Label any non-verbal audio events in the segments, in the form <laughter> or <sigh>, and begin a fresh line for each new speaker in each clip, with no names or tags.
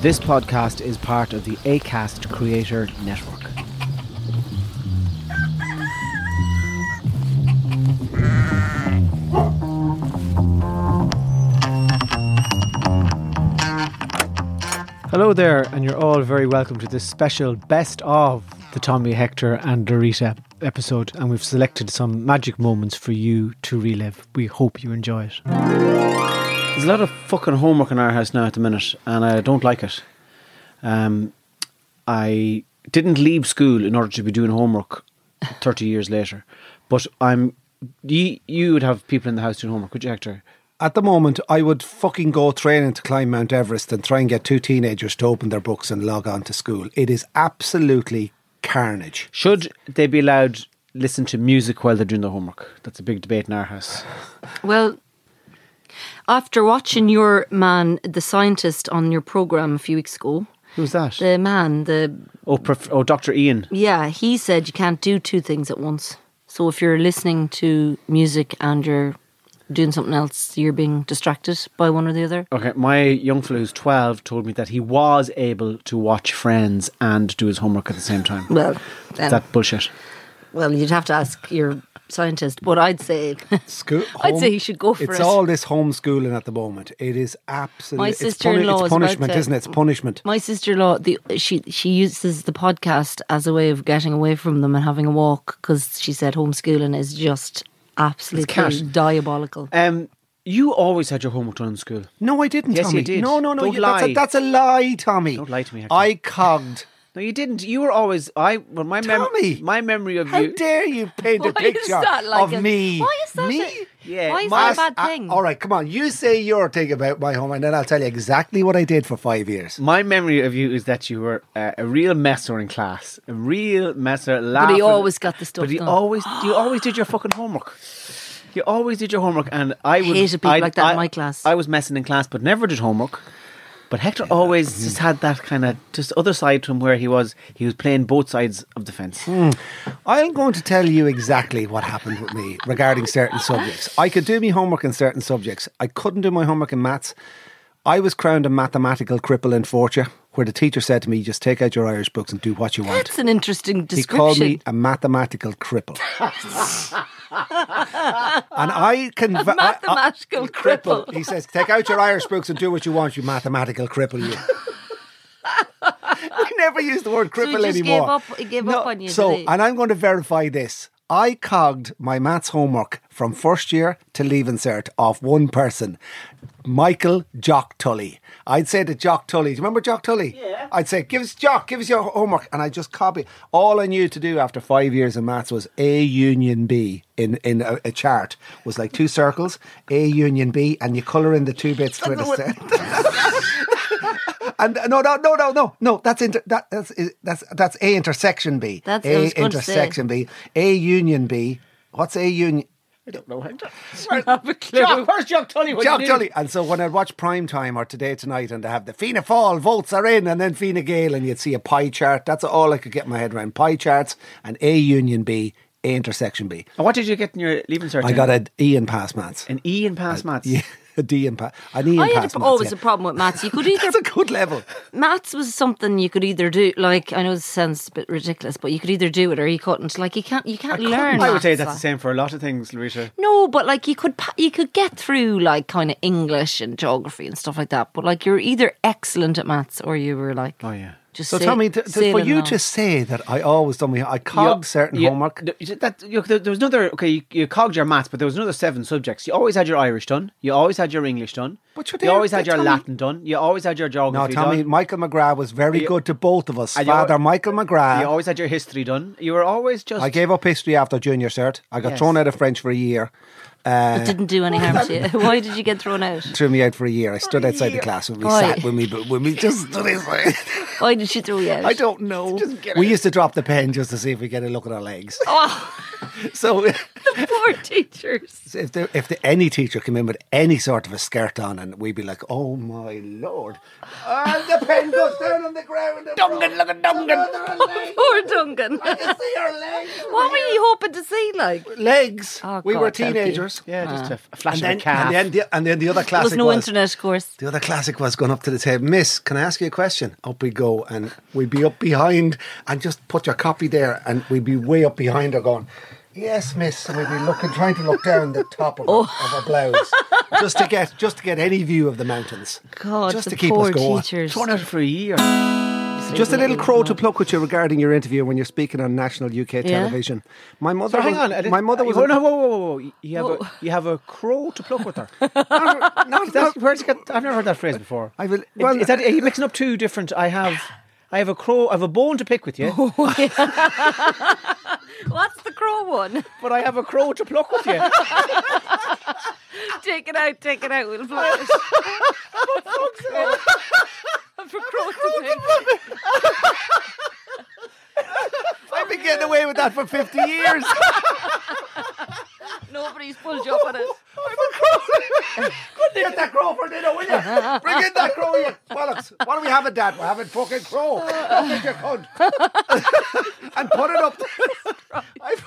This podcast is part of the ACAST Creator Network. Hello there, and you're all very welcome to this special best of the Tommy Hector and Dorita episode. And we've selected some magic moments for you to relive. We hope you enjoy it.
There's a lot of fucking homework in our house now at the minute, and I don't like it. Um, I didn't leave school in order to be doing
<laughs>
homework 30 years later, but I'm. You, you would have people in the house doing homework, would you, Hector?
At the moment, I would fucking go training to climb Mount Everest and try and get two teenagers to open their books and log on to school. It is absolutely carnage.
Should they be allowed to listen to music while they're doing their homework? That's a big debate in our house.
Well, after watching your man, the scientist, on your program a few weeks ago,
<laughs> Who's that?
the man, the
oh, prof- oh, Dr. Ian.
yeah, he said you can't do two things at once. So if you're listening to music and you're doing something else, you're being distracted by one or the other.
Okay, my young fellow who's 12 told me that he was able to watch Friends and do his homework at the same time.
Well,
Is
then,
that bullshit?
well, you'd have to ask your scientist. What I'd say, <laughs>
School,
I'd say you should go for
it's
it.
all this homeschooling at the moment. It is absolutely.
My sister-in-law
it's,
is about
punishment,
to-
isn't it? It's punishment.
My sister-in-law, the, she she uses the podcast as a way of getting away from them and having a walk because she said homeschooling is just absolutely
cat.
diabolical.
Um, you always had your homework done in school.
No, I didn't,
Yes, you
Tommy.
did.
No, no, no.
Don't
you- that's,
lie.
A, that's a lie, Tommy.
Don't lie to me, Hector.
I cogged.
No, you didn't. You were always I. Well, my mem-
Tommy!
my memory of
How
you.
dare you paint a
Why is
picture
that like
of
a-
me?
Why is that
Me?
a-
Yeah,
why is
my-
that a
Ah,
bad thing?
all right, come on. You say your thing about my home, and then I'll tell you exactly what I did for five years.
my memory of you is that you were uh, a real messer in class, a real messer.
But
Laughing.
he always got the stuff
But he
done.
always, you always did your fucking homework. You always did your homework, and I would
Hated people
I-
like that in
I-
my class.
I was messing in class, but never did homework. But Hector always just had that kind of just other side to him where he was he was playing both sides of the fence.
Hmm. I'm going to tell you exactly what happened with me regarding certain subjects. I could do my homework in certain subjects. I couldn't do my homework in maths. I was crowned a mathematical cripple in Fortia, where the teacher said to me, "Just take out your Irish books and do what you want."
That's an interesting
He
description.
called me a mathematical cripple, and I can va- I- I-
mathematical cripple.
He says, "Take out your Irish books and do what you want, you mathematical cripple."
<laughs>
You. I never use the word
So
cripple
he just
anymore.
gave up, he gave up on you.
So,
did he?
and I'm going to verify this. I cogged my maths homework from first year to leave insert off one person, Michael Jock Tully. I'd say to Jock Tully, do you remember Jock Tully? Yeah. I'd say, give us Jock, give us your homework. And I just copy. All I knew to do after five years in maths was A union B in, in a, a chart was like two circles, A union B, and you colour in the two bits to it. And uh, no, no, no, no, no, no. That's inter- that, that's i- that's that's A intersection B.
That's- I
A
was going to say.
intersection B. A union B. What's A union?
I don't know Hector.
<laughs>
Jock-
where's Jock Tully? What
Jock
you do?
Tully. And so when I'd watch prime time or Today Tonight and they have the Fianna Fáil votes are in and then Fianna Gael and you'd see a pie chart. That's all I could get my head around. Pie charts and A union B A into section B.
And what did you get in your leaving cert?
I
then?
got an E in pass maths.
an E in pass maths.
<laughs> Yeah, a D in pass. An E in
I had a
pass
pro-
maths.
always
yeah.
a problem with maths.
<laughs>
You could either
That's a good level.
maths was something you could either do. Like I know this sounds a bit ridiculous, but you could either do it or you couldn't. Like you can't you can't learn.
I would say
maths,
that's
like.
the same for a lot of things, Larissa.
No, but like you could pa- you could get through like kind of English and geography and stuff like that. But like you're either excellent at maths or you were like
Oh yeah.
just
So,
sa-
Tommy, th- th- for
sailing
you
along.
to say that I always done my, I cogged certain homework.
th- that- you- there, there was another. Okay, you, you cogged your maths, but there was another seven subjects. You always had your Irish done. You always had your English done.
But you're
you
there-
always had
there,
your
Tommy.
Latin done. You always had your
No,
geography
Tommy,
done.
Michael McGrath was very
You-
good to both of us.
And you-
Father Michael McGrath.
You always had your history done. You were always just.
I gave up history after junior cert. I got
Yes.
thrown out of French for a year. Eh.
It didn't do any
<laughs>
harm to you. Why did you get thrown out?
Threw me out for a year. I stood outside the class when we
Right.
sat, when we, when we just stood outside.
Why did she throw you out?
I don't know. We used to drop the pen just to see if we get a look at our legs.
Oh,
<laughs> So
poor
<laughs>
teachers.
if there, if the, any teacher came in with any sort of a skirt on, and we'd be like, "Oh my lord!" and the pen goes down on the ground. and
Dungan,
rolls.
look at Dungan.
Another leg.
<laughs> Poor Duncan.
I can see her
<laughs>
legs.
What were you hoping to see? Like
Legs.
Oh,
we
God,
were
Toki.
teenagers.
yeah, just a f- a flash
And
of
then,
a calf.
and then, the, and then the other
there
classic
was no
was
internet course.
The other classic was going up to the table. Miss, can I ask you a question? Up we go, and we'd be up behind, and just put your copy there, and we'd be way up behind her, going, "Yes, Miss." And we'd be looking, trying to look down the top of,
Oh.
her, of her blouse, just to get just to get any view of the mountains.
God,
just
the
to keep
poor
us going.
teachers.
Thrown out for a year.
Just a little crow to pluck with you regarding your interview when you're speaking on national UK television. My mother,
So hang
was,
on. I didn't-
my mother was.
Whoa, no, whoa, whoa, whoa, whoa! You have
Whoa.
a you have a crow to pluck with her. <laughs> no, no,
<laughs>
that's, where's it got, I've never heard that phrase before.
I will-
Is-
well-
is that are you mixing up two different? I have, I have a crow. I have a bone to pick with
Oh.
you,
What's the crow one?
<laughs>
but I have a crow to pluck with you.
take it out, take it
<laughs>
out. We'll blow it. For crow to pick.
I've been getting away with that for fifty years.
Nobody's pulled you up
<laughs>
on it.
I'm a crow. <laughs> Couldn't get that crow for dinner, will you?
<laughs>
Bring in that crow, you bollocks. Why don't we have it, Dad? We're having fucking crow. Look at your cunt. <laughs> and put it up.
<laughs>
I've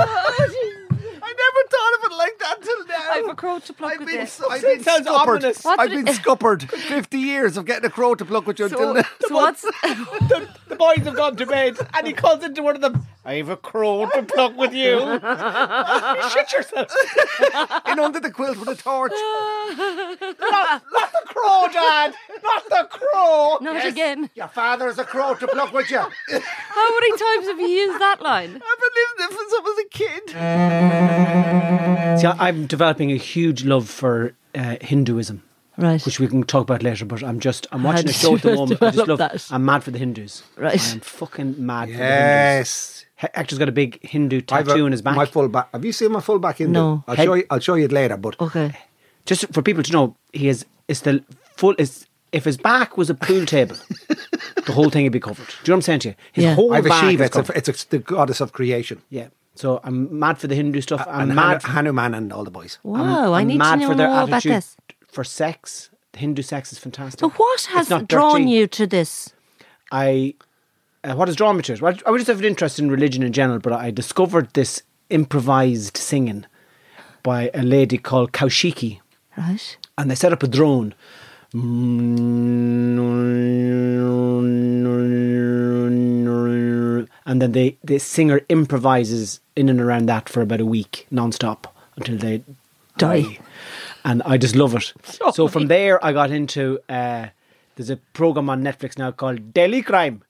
I never thought of it like that till now.
I've a crow to pluck
I've
with
been,
it.
I've been
Sounds
scuppered.
ominous.
What
I've
did
been
it-
scuppered. 50 years of getting a crow to pluck with you until
So,
now.
so what's
the, <laughs> the boys have gone to bed, and he calls into one of them. I have a crow to pluck with you.
<laughs>
you shit yourself.
In under the quilt with a <laughs> torch.
Not the crow, Dad. Not the crow.
not again?
Your father's a crow to pluck with <laughs> you.
<laughs> How many times have you used that line?
I've been living since I was a kid.
See, I- I'm developing a huge love for uh, Hinduism.
Right.
which we can talk about later. But I'm just I'm
How
watching a
did
show at the
you
moment. I just love.
develop that?
I'm mad for the Hindus.
Right.
I'm fucking mad. for
Yes.
the Hindus. Hector's got a big Hindu
I've a-
tattoo in his back.
My full back. Have you seen my full back in?
No.
I'll
Head-
show you. I'll show you it later. But
Okay.
just for people to know, he is it's the full is if his back was a pool <laughs> table, the whole thing would be covered. Do you know what I'm saying to you? His
Yeah.
whole
I have a
back
Shiva.
is
It's, a,
covered.
it's a, the goddess of creation.
yeah. So I'm mad for the Hindu stuff. I'm
and
mad.
Han- Hanuman and all the boys.
Wow, Oh, i
I'm
need to
mad
know
for their
more
attitude
about this.
for sex. The Hindu sex is fantastic.
So what
It's
has
not
drawn
dirty.
you to this?
I uh, what has drawn me to it? Well, I was just have an interest in religion in general, but I discovered this improvised singing by a lady called Kaushiki,
Right.
and they set up a drone. And then they, the singer improvises in and around that for about a week non-stop until they
Die.
and I just love it. So from there, I got into uh, there's a program on Netflix now called Delhi Crime.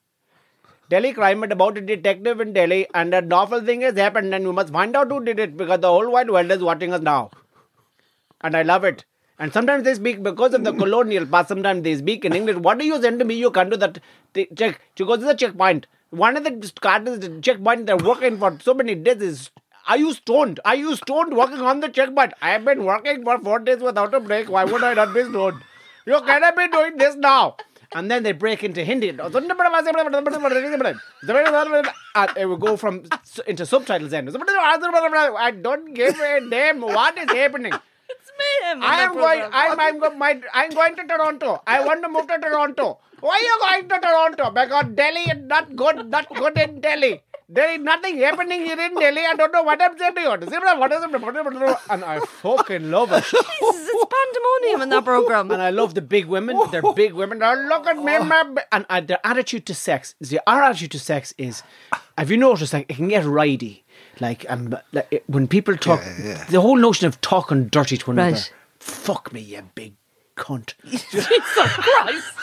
Delhi crime is about a detective in Delhi, and an awful thing has happened, and we must find out who did it because the whole wide world is watching us now. And I love it. And sometimes they speak because of the colonial past. Sometimes they speak in English. What do you send to me? You can't do that. They check. She goes to the checkpoint. One of the just card is the checkpoint. They're working for so many days. Is are you stoned? Are you stoned working on the checkpoint? I have been working for four days without a break. Why would I not be stoned? You cannot be doing this now. And then they break into Hindi. And it will go from into subtitles. Then I don't give a damn what is happening.
mayhem.
I am going. I'm. I'm, go, my, I'm going to Toronto. I want to move to Toronto. Why are you going to Toronto? Because Delhi is not good. Not good in Delhi. There is nothing happening here in Delhi. I don't know what I'm saying to you. What is it? And I fucking love it.
Jesus, it's pandemonium in that program.
And I love the big women. They're big women. Now look at me, my
Oh.
b-
and uh, their attitude to sex is the, our attitude to sex is have you noticed like it can get ridey like um like, it- when people talk the whole notion of talking dirty to one
Right.
another fuck me you big cunt do
<laughs> Jesus Christ.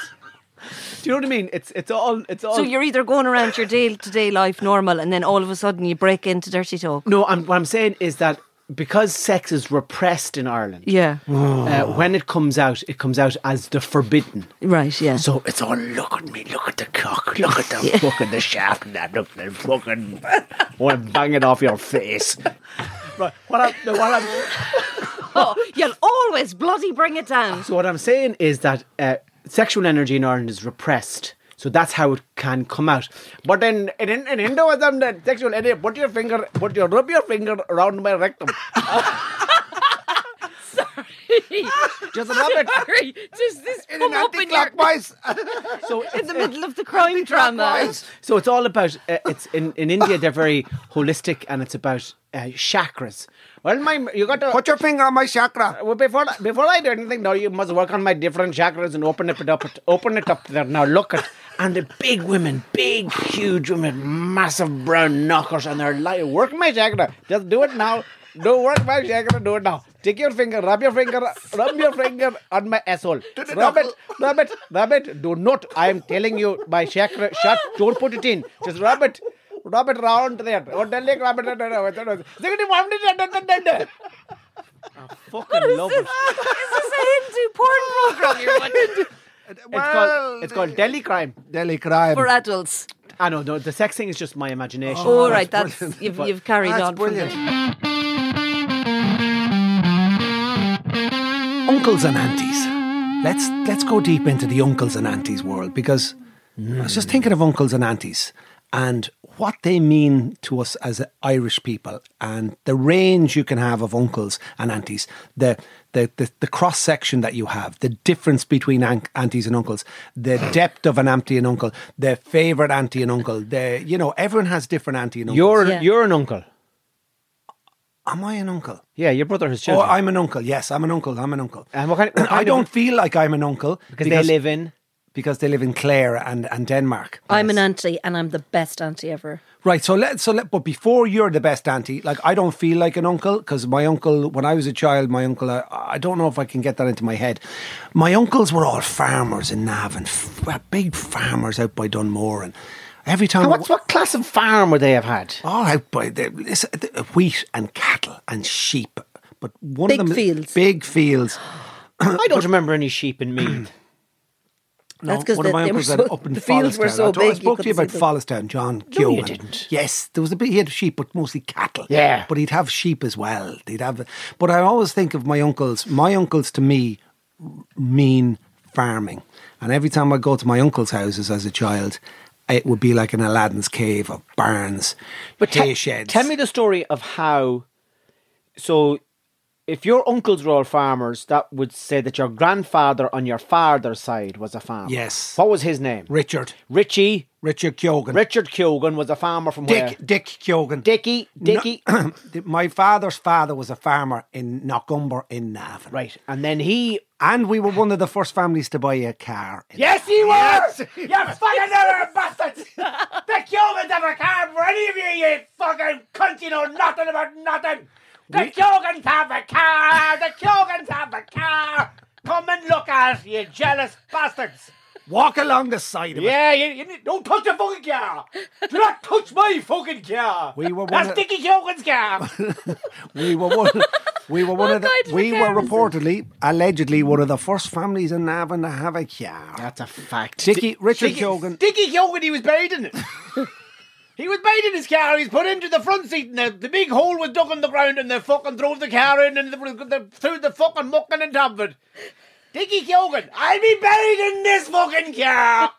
you know what I mean it's it's all it's all
So you're either going around your day to day life normal, and then all of a sudden you break into dirty talk.
no I'm, what I'm saying is that because sex is repressed in Ireland
Yeah.
uh, when it comes out it comes out as the forbidden
Right. Yeah.
so it's all look at me look at the cock look at the fucking the shaft and that look at the fucking want to bang it off your face right what I'm, no, what I'm
oh, you'll always bloody bring it down.
So what I'm saying is that uh, sexual energy in Ireland is repressed. So that's how it can come out.
But in, in, in Hinduism, the sexual energy, put your finger, put your rub your finger around my rectum.
Just rub it
Sorry, does this
in
come
an
up in, your,
anti-clockwise.
So
<laughs> in the middle of the crime drama? <laughs>
Anti-clockwise.
so it's all about uh, it's in, in India they're very holistic and it's about uh, chakras.
Well, my, you got to.
<laughs> Put your finger on my chakra.
well, before before I do anything now, you must work on my different chakras and open it up. Open it up there now. Look at
And the big women, big huge women, massive brown knockers, and they're like
work my chakra. Just do it now. Do work my chakra. Do it now. Take your finger, rub your finger, rub your finger on my asshole. Rub it, rub it, rub it. Do not. I am telling you, my chakra. Shut. Don't put it in. Just rub it. Rub it round there. Oh, Delhi, rub it.
fucking love it.
Is this a Hindu porn program <laughs> you're watching
It's called it's called Delhi crime.
Delhi crime.
for adults?
I know, no, the sex thing is just my imagination.
All right, Oh, that's you've, you've carried
That's
on. from
brilliant.
there.
uncles and aunties. Let's let's go deep into the uncles and aunties world because I was just thinking of uncles and aunties and what they mean to us as Irish people and the range you can have of uncles and aunties, the the, the, the cross section that you have, the difference between an- aunties and uncles, the
Hmm.
depth of an auntie and uncle, the favourite auntie and uncle, the you know everyone has different auntie and uncles.
You're
Yeah.
you're an uncle.
am I an uncle?
Yeah, your brother has
Oh,
children.
I'm an uncle. Yes, I'm an uncle. I'm an uncle.
And what kind- what
<clears throat> I
kind of-
don't feel like I'm an uncle
because they live in
because they live in Clare and, and Denmark.
I'm an auntie, and I'm the best auntie ever.
Right. So let so let. But before you're the best auntie, like I don't feel like an uncle because my uncle, when I was a child, my uncle, I, I don't know if I can get that into my head. My uncles were all farmers in Navan, f- well, big farmers out by Dunmore, and every time. I
What's, what class of farm would they have had?
all out by the, listen, the wheat and cattle and sheep, but one
Big
of them
fields.
big fields.
<coughs> I don't remember any sheep in Meath.
No,
That's 'cause
one of
they-
my
they were
uncles
so-
had up in
the fields were
Follestown.
so
I, told- I
big you
spoke to you
couldn't
about
see
Follestown, John.
No, you
Keoghan.
didn't.
Yes, there was a bit. He had sheep, but mostly cattle.
Yeah.
but he'd have sheep as well. They'd have. But I always think of my uncles. My uncles to me mean farming, and every time I go to my uncles' houses as a child, it would be like an Aladdin's cave of barns, but hay
te-
sheds.
Tell me the story of how. So, if your uncles were all farmers, that would say that your grandfather on your father's side was a farmer.
Yes.
What was his name?
Richard,
Richie.
Richard Keoghan,
Richard Keoghan was a farmer from
Dick,
where?
Dick Keoghan,
Dickie. Dickie.
<clears throat> my father's father was a farmer in Knockgumber in Navan.
right. And then he.
And we were one of the first families to buy a car.
Yes, you were!
<laughs>
You fucking never bastards! The Cubans ever can't for any of you, you fucking cunts, you know nothing about nothing! The Cubans have a car! The Cubans have a car! Come and look at it, you jealous bastards!
Walk along the side of it.
Yeah, you, you need- don't touch the fucking car! Do not touch my fucking car!
We were one
That's
of-
Dickie Cubans' car!
We were one. We were one of the.
kind of a
We were
car is it?
reportedly, allegedly, one of the first families in Navan to have a car.
That's a fact.
Dickie, Richard Keoghan.
Dickie Hogan, he was buried in it.
<laughs>
he was buried in his car. He was put into the front seat, and the, the big hole was dug in the ground, and they fucking drove the car in and they, they threw the fucking mucking on top of it. Dickie Hogan, I'll be buried in this fucking car.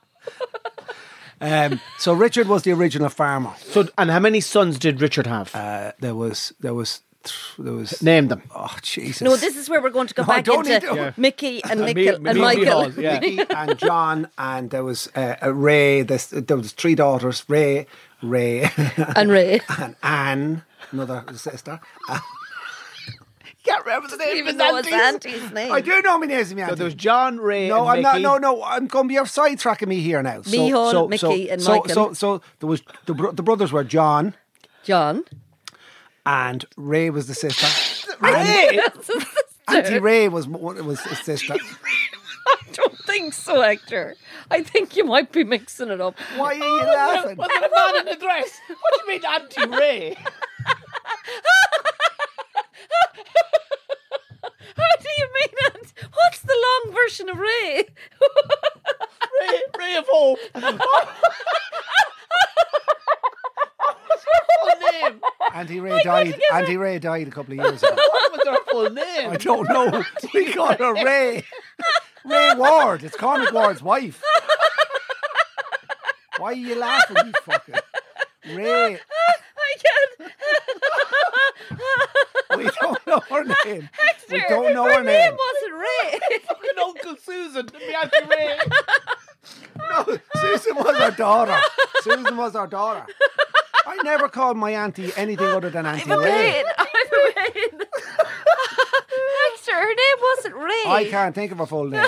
Um, so Richard was the original farmer.
So, and how many sons did Richard have?
Uh, there was there was th- there was
Name them.
Uh,
Oh Jesus!
No, this is where we're going to Uh, go
No, I
back
don't
into
need to- Yeah.
Mickey and
Me-
Michael
me
and
and
Michael.
Michal, yeah.
<laughs> Mickey <laughs> and John, and there was uh, uh, Ray. This, there was three daughters: Ray, Ray, <laughs>
and Ray.
and Anne, another sister. Uh, can't remember the name.
Even
of his
know his
aunties.
auntie's name.
I do know my name's my
So there was
auntie.
John Ray.
No, I'm
and
not.
Mickey.
No, no, I'm going to be off sidetracking me here now. So,
Michal,
so,
Mickey
so,
and
so,
Michael.
So, so there was the, bro- the brothers were John
<laughs> John.
and Ray was the sister.
<laughs>
Ray, Auntie Ray was was his sister.
<laughs> I don't think so, Hector. I think you might be mixing it up.
Why are you laughing?
Was there a man in a dress? What do you mean, Auntie Ray?
How do you mean it? What's the long version of Ray?
Ray, Ray of Hope. <laughs> What's her full name?
Oh
Auntie Ray died. Auntie Ray died a couple of
<laughs>
years ago.
What was her full name?
I don't know. We got her Ray. Ray Ward. It's Cormac Ward's wife. Why are you laughing, you fucker? Ray.
I can't.
We don't know her name. we don't know
her,
her, name.
wasn't Ray.
Fucking Uncle Susan. to be Auntie Ray.
No, Susan was our daughter. Susan was our daughter. I never called my auntie anything other than Auntie
I'm
Ray.
in. I'm <laughs> in. Hector, her name wasn't Ray.
I can't think of a full name.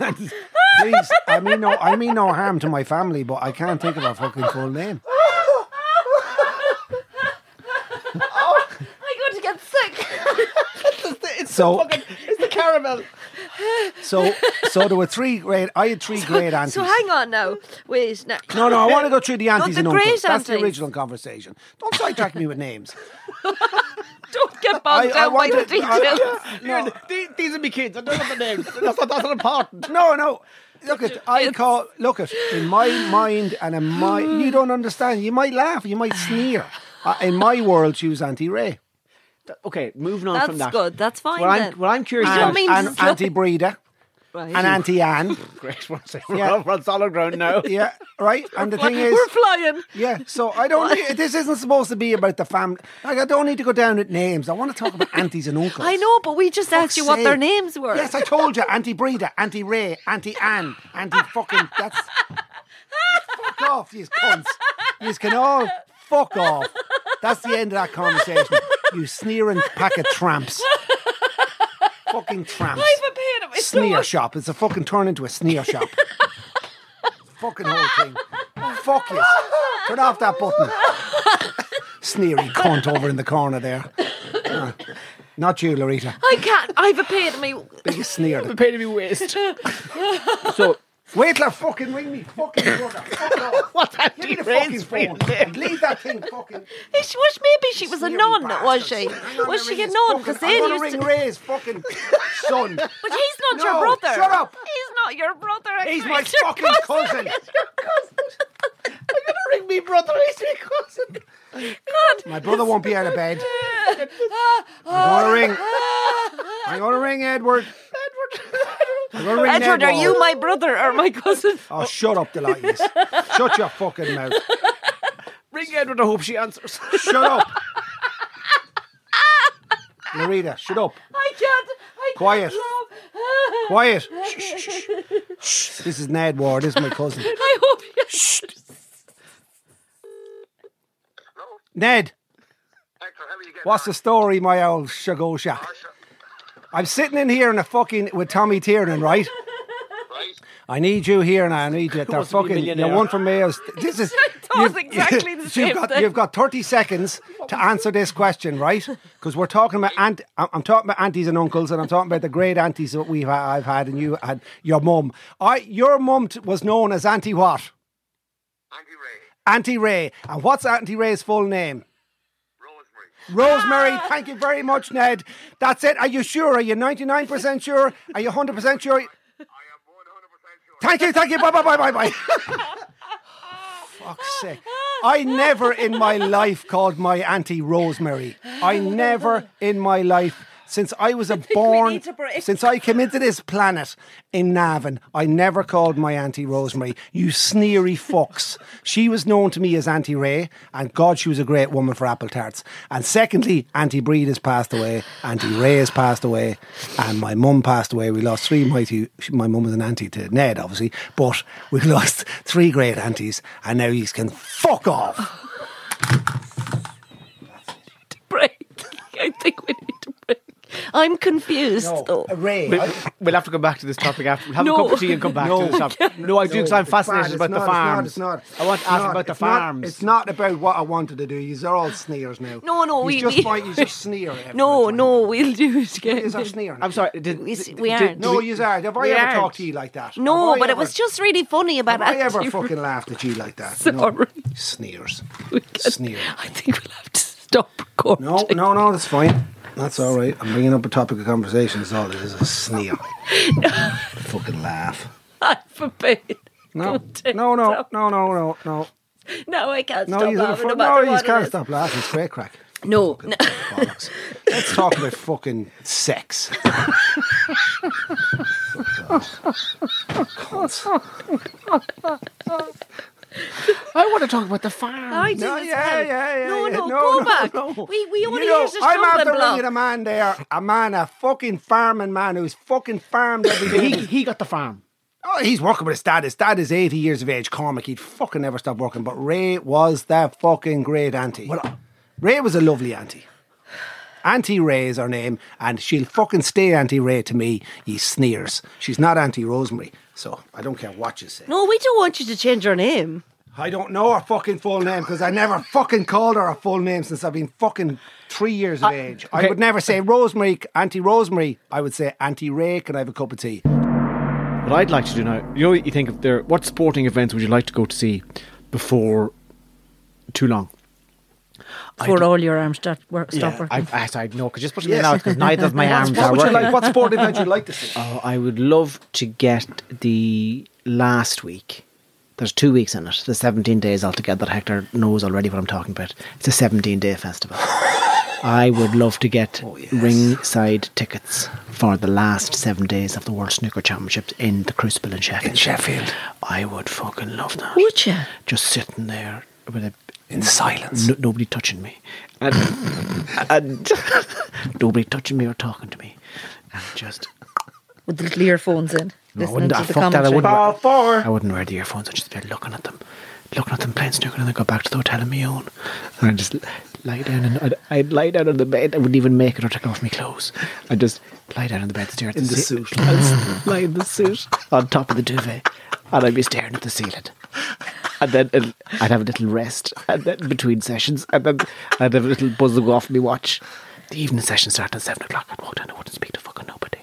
And <laughs> please, I mean no, I mean no harm to my family, but I can't think of a fucking full name.
I'm going to get sick.
So,
It's the caramel.
so, so there were three great. I had three great aunties.
So hang on now. Wait, now.
No, no, I want to go through the aunties
the
and uncles.
great
That's the
aunties.
original conversation. Don't sidetrack me with
<laughs>
names.
<laughs> Oh, Don't get bogged down by the
wanted- I-
details.
no,
These, these are my kids. I don't know the names. That's not, that's not important.
no, no. Look at I call. Look at in my mind and in my.
<gasps>
You don't understand. You might laugh. You might sneer. Uh, in my world, she was Auntie Ray
Okay, moving on from
That's
that.
good. That's fine
What I'm,
then.
what I'm curious
You
about.
don't mean
and
to-
Auntie Breda
Right.
and Auntie Anne.
Great. We're on,
Yeah.
we're on solid
<laughs>
ground now.
Yeah, right. And the thing is,
We're flying.
Yeah, so I don't. need- this isn't supposed to be about the family. Like I don't need to go down with names. I want to talk about aunties and uncles.
I know, but we just
Fuck's
asked you what their
sake.
names were.
Yes, I told you, Auntie Breda, Auntie Ray, Auntie Anne, Auntie fucking. That's fuck off, you cunts. You can all fuck off. That's the end of that conversation. You sneering pack of tramps. Fucking tramps.
I'm pain <laughs> in my
Sneer
stomach.
shop. It's a fucking turn into a sneer
<laughs>
shop. fucking whole thing. Fuck you. Turn off that
<laughs>
button. Sneery cunt over in the corner there.
<laughs>
Uh, Not you, Loretta.
I can't. I have a pain in my.
Biggest sneer.
Pain in me waist.
So,
Wait till I fucking ring me fucking brother. Fuck
<laughs>
off.
What's that?
Give me the fucking
Ray's
phone.
phone.
And leave that thing fucking.
Ish, was maybe she was a
sneery
nun, was she?
bastards. I'm gonna
Was she
ring
a
his
nun?
fucking-
Because they
I'm gonna
used
ring
to.
Ray's
<laughs>
fucking son.
But he's not
No,
your brother.
shut up.
He's not your brother.
He's
Hector.
my
He's <laughs> your
fucking cousin.
He's your cousin.
Ring me, brother. He's my cousin.
God.
My brother won't be out of
<laughs>
bed. I'm gonna ring. I'm gonna ring
<laughs>
Edward. I'm gonna ring
Edward, are
Ned
you
Wall.
my brother or my cousin?
Oh, shut up, Delilahs. shut your fucking mouth.
Ring Edward. I hope she answers. <laughs>
Shut up. Loretta, shut up.
I can't. I
Quiet.
Can't laugh.
Quiet. Shh, shh, shh, shh. This is Ned Ward. This is my cousin.
I hope you. <laughs>
Ned. What's the story, my old Shagosha? I'm sitting in here in a fucking with Tommy Tiernan, right? I need you here, and I need you. They're
wants to be a
fucking. You're
millionaire?
one for me. I was- This is
<laughs> I thought exactly the
<laughs>
same
you've got,
thing.
You've got 30 seconds to answer this question, right? Because we're talking about aunt. I'm I'm talking about aunties and uncles, and I'm talking about the great aunties that we've ha- I've had, and you had your mum. I your mum t- was known as Auntie what? Auntie Ray. And what's Auntie Ray's full name? Rosemary,
Ah!
thank you very much, Ned. That's it. Are you sure? Are you 99% sure? Are you 100% sure? Thank you, thank you. Bye, bye, bye, bye,
<laughs>
bye. Fuck's sake. I
<laughs>
never in my life called my auntie Rosemary. I never in my life Since I was a
think we
born,
need a break.
since I came into this planet in Navan, I never called my Auntie Rosemary, you sneery fox. She was known to me as Auntie Ray, and God, she was a great woman for apple tarts. And secondly, Auntie Breed has passed away, Auntie Ray has passed away, and my mum passed away. We lost three mighty, my mum was an auntie to Ned, obviously, but we <laughs> lost three great aunties, and now you can fuck off.
break. I think we need to break. I'm confused
Oh.
though.
Ray.
We'll, we'll have to come back to this topic after. We'll have a
No.
cup of tea and come back to this topic. No, I do, because I'm
it's bad.
fascinated
It's
about
not,
the
it's not,
farms.
It's not.
I want to
It's
ask
not,
about the
it's not-
farms.
it's not about what I wanted to do. You're all sneers now.
No, no,
Yous
we-
just
we-
find- yous just sneer.
<laughs>
every
No,
time.
no, we'll do it again.
Yous are sneering.
I'm sorry. Did,
We,
did-
we
did-
aren't.
No, Oh, you are. Have I
We
ever
aren't.
talked to you like that?
No,
Have I
but it
ever-
was just really funny about
Have I ever
Auntie
<laughs>
fucking laughed at you like that? No.
Sorry.
Sneers.
<laughs> We can't-
Sneer.
I think we'll have to stop recording.
No,
<laughs>
no, no, that's fine. That's all right. I'm bringing up a topic of conversation. It's all it is a
<laughs>
sneer. fucking laugh.
I forbid.
No,
Don't take
no, no,
it
no,
up.
no, no, no.
No, I can't
No,
stop
he's
laughing
fun.
about
No,
the
you
water.
can't stop laughing. It's
<laughs>
great crack.
No,
<laughs>
no.
Bollocks. Let's talk about fucking sex.
I want to talk about the farm.
I do
No,
as
yeah,
well.
yeah, yeah,
No,
yeah.
no,
No,
go
no,
back.
no.
We we only
you know,
use the
I'm after
stumbling block.
ringing a man there, a man, a fucking farming man who's fucking
<laughs>
farmed every day.
He, he got the farm.
Oh, he's working with his dad. His dad is 80 years of age, Cormac. He'd fucking never stop working. But Ray was that fucking great auntie. Ray was a lovely auntie. Auntie Ray is her name, and she'll fucking stay Auntie Ray to me, he sneers. She's not Auntie Rosemary, so I don't care what you say.
No, we don't want you to change your name.
I don't know her fucking full name because I never fucking called her a full name since I've been fucking three years of age. I
okay.
would never say Rosemary, Auntie Rosemary. I would say Auntie Ray, can I have a cup of tea?
What I'd like to do now, you know, what you think of there. What sporting events would you like to go to see before too long?
Before all your arms stop, work, stop working.
I, I, I know, because just pushing
Yes.
me now because neither of
<laughs>
my arms
What
are
would you
working.
like? What sport event would you like to see?
Oh, I would love to get the last week. There's two weeks in it. There's 17 days altogether. Hector knows already what I'm talking about. It's a 17 day <laughs> festival. I would love to get ringside tickets for the last seven days of the World Snooker Championships in the Crucible in Sheffield. In
Sheffield.
I would fucking love that.
Would ya?
Just sitting there with a
In silence.
no, nobody touching me, and, <laughs> and <laughs> nobody touching me or talking to me, and just
With the little earphones in.
I
Listening
wouldn't.
to
I
the
fuck that. I
commentary.
wouldn't.
Ball four.
I wouldn't wear the earphones. I'd just be looking at them, looking at them playing snooker, and then go back to the hotel on my own. And I'd just l- lie down, and I'd, I'd lie down on the bed. I wouldn't even make it or take off my clothes. I'd just lie down on the bed, stare at in the,
the
ceiling.
suit.
I'd s- <laughs> lie in the suit on top of the duvet, and I'd be staring at the ceiling. And then it'll- I'd have a little rest, and then between sessions, and then I'd have a little buzz go off my watch. The evening session started at seven o'clock. I'd walk down. I wouldn't speak to fucking <laughs> nobody.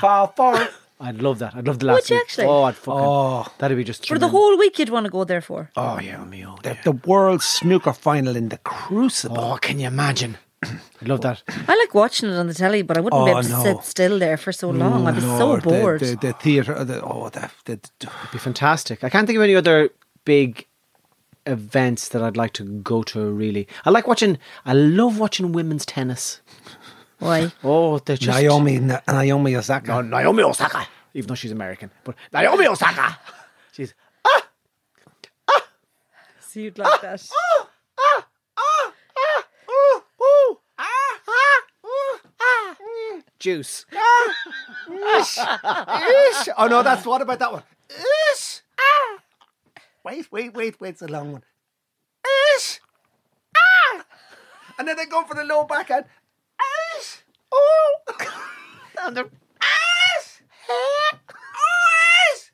Ball four.
I'd love that. I'd love the last
you
week.
actually?
Oh, I'd fucking. that'd be just
For the whole week, you'd want to go there for.
Oh yeah, on my own.
The, the World Snooker Final in the Crucible.
Oh, can you imagine? <clears throat> I'd love that.
I like watching it on the telly, but I wouldn't be
Um, Oh,
able to
no. Oh,
sit still there for so long. I'd be
Lord,
so bored.
The, the, the theatre. The, oh, the, the, the-
It'd be fantastic. I can't think of any other big events that I'd like to go to. Really, I like watching. I love watching women's tennis.
Why?
Oh, they're just
Naomi, Na- Naomi Osaka.
Oh, Naomi Osaka, even though she's American, but Naomi Osaka. She's
So you'd
ah,
like <laughs> that.
ah, juice.
Ish. Oh no, that's what about that one? Ish. Ah. Wait, wait, wait, wait. It's a long one. Ish. Ah. And then they go for the low backhand. Ish. Oh. <laughs> and they're. Ish. Oh, ish.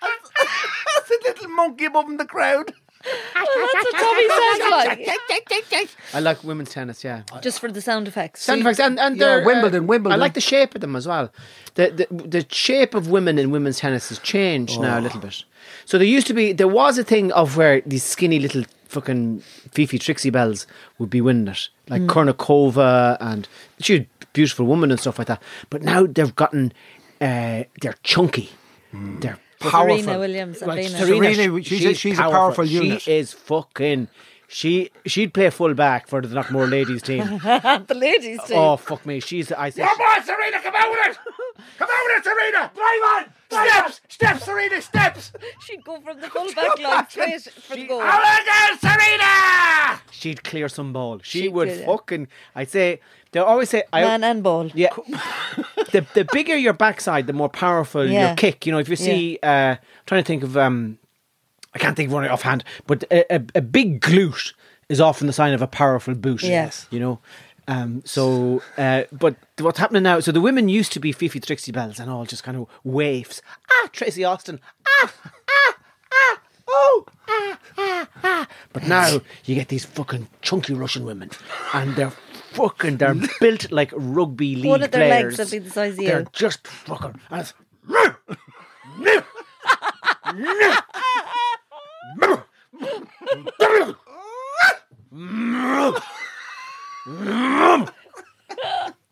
That's a little monkey above in the crowd.
That's what Tommy
<laughs>
sounds like.
I like women's tennis. Yeah,
Just for the sound effects.
Sound effects and, and
yeah,
they're, uh,
Wimbledon, Wimbledon.
I like the shape of them as well. The, the the shape of women in women's tennis has changed
Oh.
now a little bit. So there used to be there was a thing of where these skinny little fucking Fifi Trixie Bells would be winning it, like
Hmm.
Kornikova and she's a beautiful woman and stuff like that. But now they've gotten uh, they're chunky, they're
Hmm.
Serena Williams and
like
Venus.
Serena,
Serena,
sh-
she's a- she's a powerful unit.
She is fucking. She she'd play full back for the Knockmore ladies
<laughs>
team.
the ladies too.
oh fuck me, she's I said
Come on, Serena, come out with it! Come out with it, Serena! Drive on! Steps! Steps, Serena, steps!
She'd go from the full back line straight for the goal.
Out again, Serena!
she'd clear some ball. She,
She'd
would
do that.
fucking I say they always say I
Man and ball.
Yeah. <laughs> the the bigger your backside, the more powerful
Yeah.
your kick. You know, if you see, uh, I'm trying to think of, um, I can't think of one offhand, but a, a, a big glute is often the sign of a powerful boot.
Yes.
You know, um, so, uh, but what's happening now, so the women used to be Fifi Trixie Bells and all just kind of waifs. Ah, Tracy Austin. Ah, ah, ah, oh, ah, ah, ah. But now you get these fucking chunky Russian women and they're
<laughs>
fucking, they're built like rugby league
One of their legs
players.
will be the size of
They're
you. <laughs>
just fucking. And it's,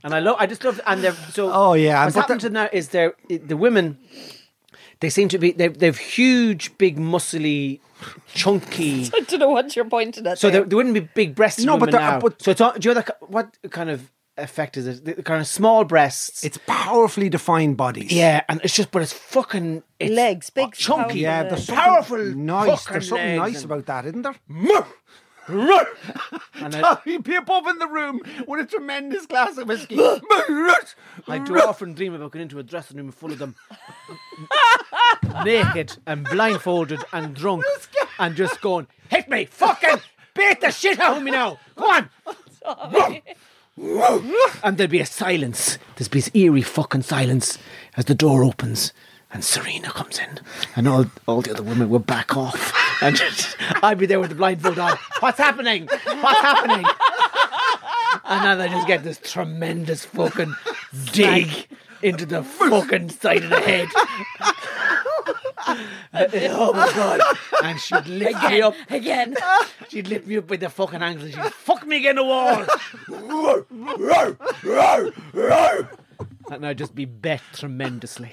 and I love, I just love, and they're so.
Oh, yeah,
what's
but
happened to now is they're the women. They seem to be they've, they've huge, big, muscly,
<laughs>
chunky.
I don't know what you're pointing at.
So
there.
there, there wouldn't be big breasts.
No, but
women
they're-
now.
but-
so it's all, do you know that, ki- what kind of effect is it? The, the kind of small breasts.
It's powerfully defined bodies.
yeah, and it's just but it's fucking it's
Legs, big,
chunky,
Yeah,
there's something
powerful,
Nice.
fucking
There's something
legs
nice
and-
about that, isn't there?
And
<laughs>
I-
Tommy Pip up in the room with a tremendous glass of whiskey.
<laughs>
Oh,
I <laughs> do often dream about going into a dressing room full of them naked and blindfolded and drunk and just going, hit me, fucking beat the shit out of me now. Go on. and there'd be a silence. There'd be this eerie fucking silence as the door opens and Serena comes in and all, all the other women will back off. And <laughs> just- I'd be there with the blindfold on. What's happening? What's happening? And now they just get this tremendous fucking dig into the fucking side of the head. <laughs> oh my god. And she'd lift me up.
Again.
She'd lift me up with the fucking ankle and she'd fuck me against the wall. and I'd just be bet tremendously.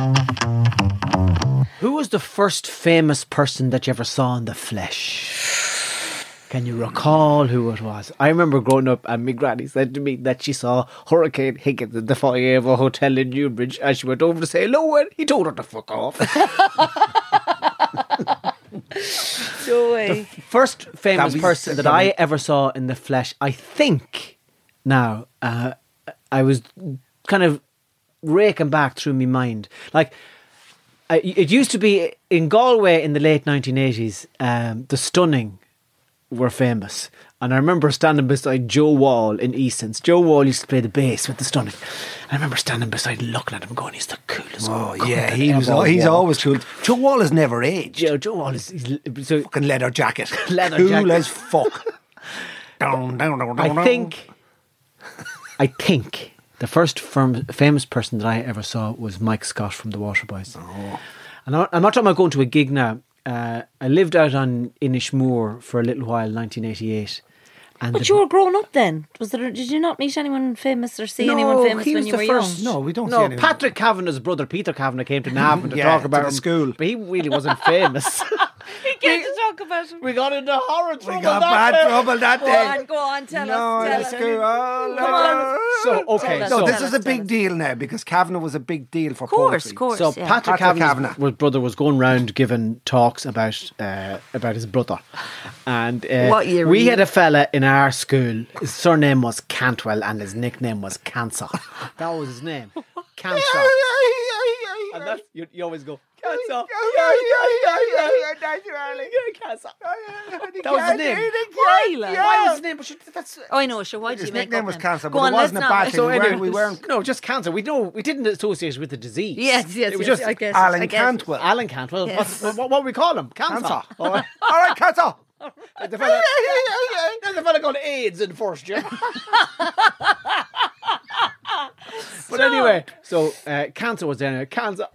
Who was the first famous person that you ever saw in the flesh? Can you recall who it was? I remember growing up, and my granny said to me that she saw Hurricane Higgins in the foyer of a hotel in Newbridge, and she went over to say hello, and he told her to fuck off.
No way.
first famous
That was-
person that
that
I
was-
ever saw in the flesh, I think. Now, uh, I was kind of raking back through my mind. Like, I, it used to be in Galway in the late 1980s, um, the stunning were famous. And I remember standing beside Joe Wall in Easton's. Joe Wall used to play the bass with the stunning. And I remember standing beside looking at him going, he's the coolest.
Oh
cunt
yeah,
that
he was.
ever
al- He's
walked."
always cool. Joe Wall has never aged.
Joe, Joe Wall is he's, so
fucking leather jacket,
Leather
cool
jacket.
as fuck. down, down, down, down,
I
down.
think, <laughs> I think the first firm, famous person that I ever saw was Mike Scott from the Waterboys. And I'm I'm not talking about going to a gig now. Uh, I lived out on Inishmore for a little while, 1988. And
<laughs> But
the-
you were growing up then. Was there? Did you not meet anyone famous or see anyone
No,
famous
he
when
was
you
the
were
first-
young?
No, we don't see
No,
anyone.
Patrick Kavanagh's brother Peter Kavanagh came to Navan to
Yeah,
talk
to
about
the
him,
school.
but he really wasn't
<laughs>
famous.
We get to talk about it.
We got into horror trouble.
got
that
bad
day.
trouble that
Go
day.
on, go on, tell
no,
us.
let's
Tell us.
go. uh, all
Come
over.
on.
So okay,
Tell us,
No,
so
this
tell
is a
us,
big deal now because Kavanaugh was a big deal for
course,
poetry.
course.
So Patrick,
yeah.
Patrick
Kavanagh,
Kavanagh.
was brother, was going round giving talks about uh, about his brother, and uh,
What year were
we
you?
had a fella in our school. His surname was Cantwell, and his nickname was Cancer. <laughs> that was his name, Cancer. and that's, you, you always go Cancer. Cancer. That was his name.
Why, like?
Why was his name? But she- that's
Oh, I know. Sure, why did
His
you make
nickname
up
was
then?
Cancer,
Go
but it
on, let's
wasn't a
not-
bad
So
thing. We
anyway,
weren't, we weren't.
No, just cancer. We know we didn't associate it with the disease.
Yes, yes,
It was
yes,
just
I guess.
Alan
I guess. <laughs>
Cantwell.
Alan Cantwell.
Yes.
What, what, what we call him? Cancer.
Cancer.
All right.
All right, Cancer.
the
<laughs>
fella, There's a fella called AIDS in first year. but anyway, so uh, cancer was there.
<laughs>
Cancer.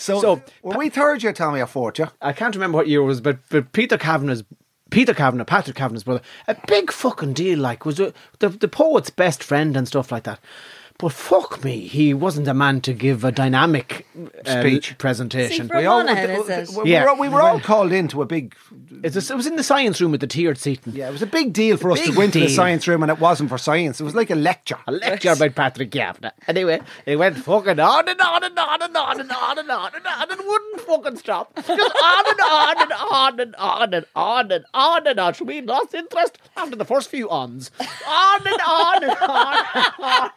So,
so
were we third year, Tommy, or fourth year?
I can't remember what year it was, but, but Peter Kavanagh's Peter Kavanagh, Patrick Kavanagh's brother, a big fucking deal. Like was a, the the poet's best friend and stuff like that. But fuck me, he wasn't a man to give a dynamic uh,
Speech.
presentation.
See, for- Ramona,
we,
is it?
we,
Yeah.
were, we were all called into a big.
It's a- it was in the science room with the tiered seating.
Yeah, it was a big deal for us
Big
to go into the
deal.
science room, and it wasn't for science. It was like a lecture.
A lecture about Patrick Kavanagh. Anyway, it went fucking on and on and on and on and on and on and on and wouldn't fucking stop. Just on and on and on and on and on and on and on. So we lost interest after the first few ons. On and on and on and on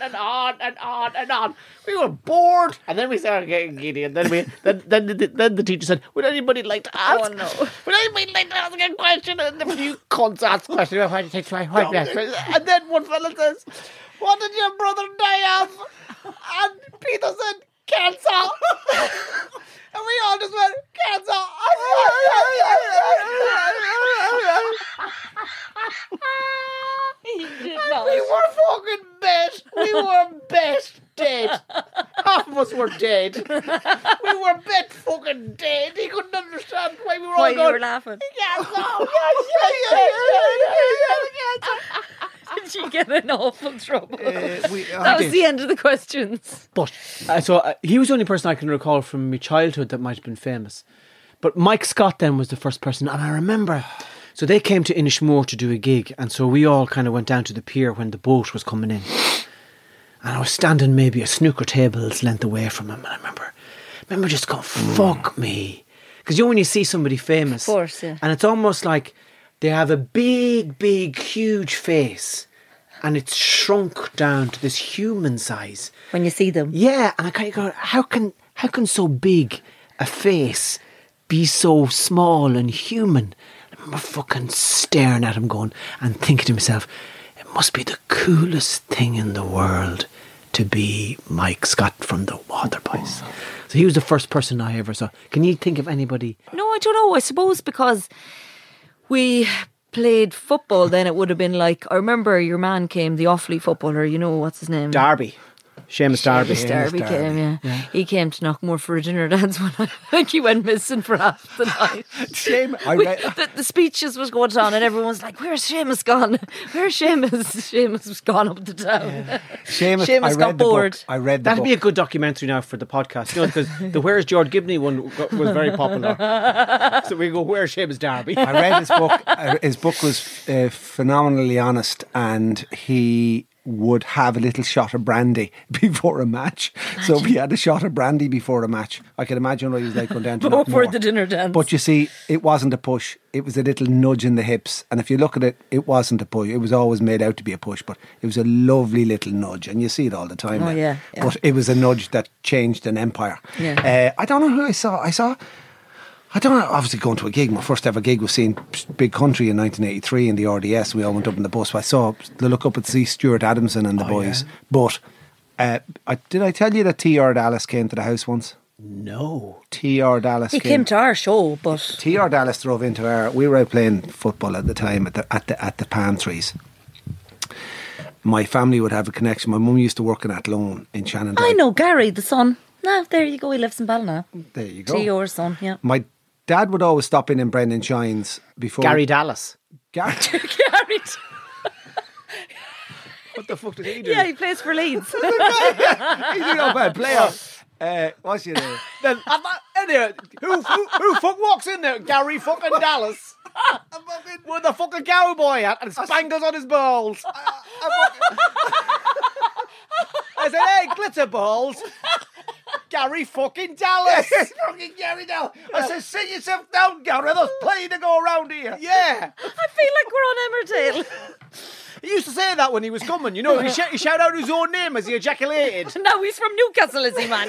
and on and on and on and on. We were bored, and then we started getting giddy, and then we then then the, then the teacher said, "Would anybody like to ask?
Oh, no.
<laughs> Would anybody like to ask a question?" And the few cons asked questions. <laughs> And then one fella says, "What did your brother die of?" And Peter said, "Cancer." <laughs> and we all just went, <laughs> "Cancer."
He did
And we
not.
were fucking best. We were best
<laughs>
dead. Half of us were dead. We were best fucking dead. He couldn't understand why we were
Why
all
you
going.
were <laughs> laughing?
Yes, <laughs> oh, yes, yes, yes, yes, yes, yes, yes.
Did you get in awful trouble?
Uh, we- I
that was
did.
the end of the questions.
But uh, so uh, he was the only person I can recall from my childhood that might have been famous. But Mike Scott then was the first person, and I remember. So they came to Inishmore to do a gig, and so we all kind of went down to the pier when the boat was coming in. And I was standing maybe a snooker table's length away from him, and I remember, remember just going, "Fuck me," because you know when you see somebody famous,
Of course, yeah.
and it's almost like they have a big, big, huge face, and it's shrunk down to this human size.
When you see them,
Yeah, and I kind of go, how can how can so big a face be so small and human? I remember fucking staring at him, going and thinking to myself, it must be the coolest thing in the world to be Mike Scott from the Waterboys. So he was the first person I ever saw. Can you think of anybody?
no, I don't know. I suppose because we played football, then it would have been like I remember your man came, the awfully footballer. You know what's his name?
Darby, Seamus Darby.
Mr. Darby came, yeah. He came to Knockmore for a dinner <laughs> dance when I think he went missing for half the night.
Shame. I
We-
read,
<laughs> the, the speeches was going on and everyone was like, Where's Seamus gone? <laughs> Where's Seamus? <laughs> Seamus was gone up to town.
Seamus,
Seamus
I read
got
the
bored.
book. I read the
That'd
book.
be a good documentary now for the podcast, you know, because the Where's George Gibney one got- was very <laughs> popular. So we go, Where's Seamus Darby?
I read his book. Uh, his book was uh, phenomenally honest, and he would have a little shot of brandy <laughs> before a match. So if he had a shot of brandy before a match, I can imagine what he was like going down
<laughs>
to
Before
Knockmore.
the dinner dance.
But you see, it wasn't a push. It was a little nudge in the hips. And if you look at it, it wasn't a push. It was always made out to be a push, but it was a lovely little nudge. And you see it all the time.
Oh,
now.
yeah, yeah.
But it was a nudge that changed an empire.
Yeah.
Uh, I don't know who I saw. I saw. I don't know, obviously going to a gig. My first ever gig was seeing Big Country in 1983 in the RDS. We all went up in the bus. I saw the look up at see Stuart Adamson
Oh,
and the boys. But uh, I, did I tell you that T.R. Dallas came to the house once?
No.
T.R. Dallas
He came to our show, but
T.R. Dallas drove into our. We were out playing football at the time at the at the at the palm trees. My family would have a connection. My mum used to work in Athlone in Shannon.
I know Gary, the son. No, there you go. He lives in Ballina.
There you go.
To your son,
<laughs>
yeah.
My dad would always stop in in Brendan Shines before
Gary Dallas.
<laughs> Gary.
Gary.
What the fuck did he
Yeah, he plays for
<laughs>
Leeds.
He's a real bad player. Uh, what's your name?
<laughs> Then, anyway, who, who,
<laughs>
who fuck walks in there? Gary <laughs> fucking Dallas. With a fucking cowboy hat and spangles on his balls. <laughs> I said, hey, glitter balls. Gary fucking Dallas.
fucking Gary Dallas. I said, sit yourself down, Gary. There's plenty to go around here.
Yeah.
I feel like we're on Emmerdale. <laughs>
He used to say that when he was coming, you know. He, sh- he shouted out his own name as he ejaculated.
No, he's from Newcastle, is he, man?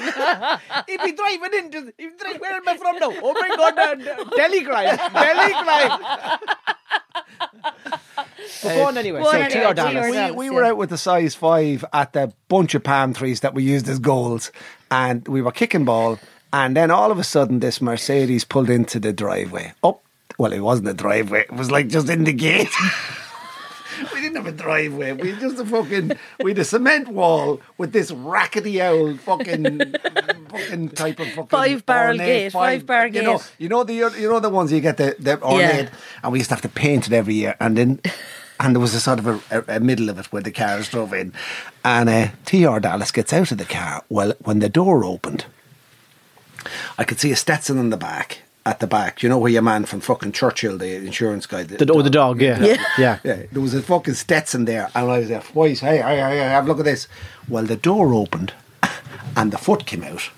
He'd be driving in. To, he'd be driving, where am I from now? Oh my God, uh, Delhi grind. Delhi grind. But go on anyway.
Go on
say
anyway, T.R.
T.R. Dallas.
Dallas.
we, we were out with the size five at the bunch of palm trees that we used as goals, and we were kicking ball. And then all of a sudden, this Mercedes pulled into the driveway. Up, well, it wasn't a driveway; it was like just in the gate. <laughs> we didn't have a driveway. We had just a fucking we had a cement wall with this rackety
<laughs>
old fucking fucking type of fucking
Five barrel
ornate
gate, five barrel
You know,
gate.
<laughs> you know the you know the ones you get the the ornate, and we used to have to paint it every year, and then. And there was a sort of a, a, a middle of it where the cars drove in. And uh, T.R. Dallas gets out of the car. Well, when the door opened, I could see a Stetson in the back, at the back. You know where your man from fucking Churchill, the insurance guy.
The, oh, the dog, yeah. Yeah.
<laughs> Yeah, there was a fucking Stetson there, and I was there. Boys, hey, hey, hey, hey, have a look at this. Well, the door opened, <laughs> and the foot came out,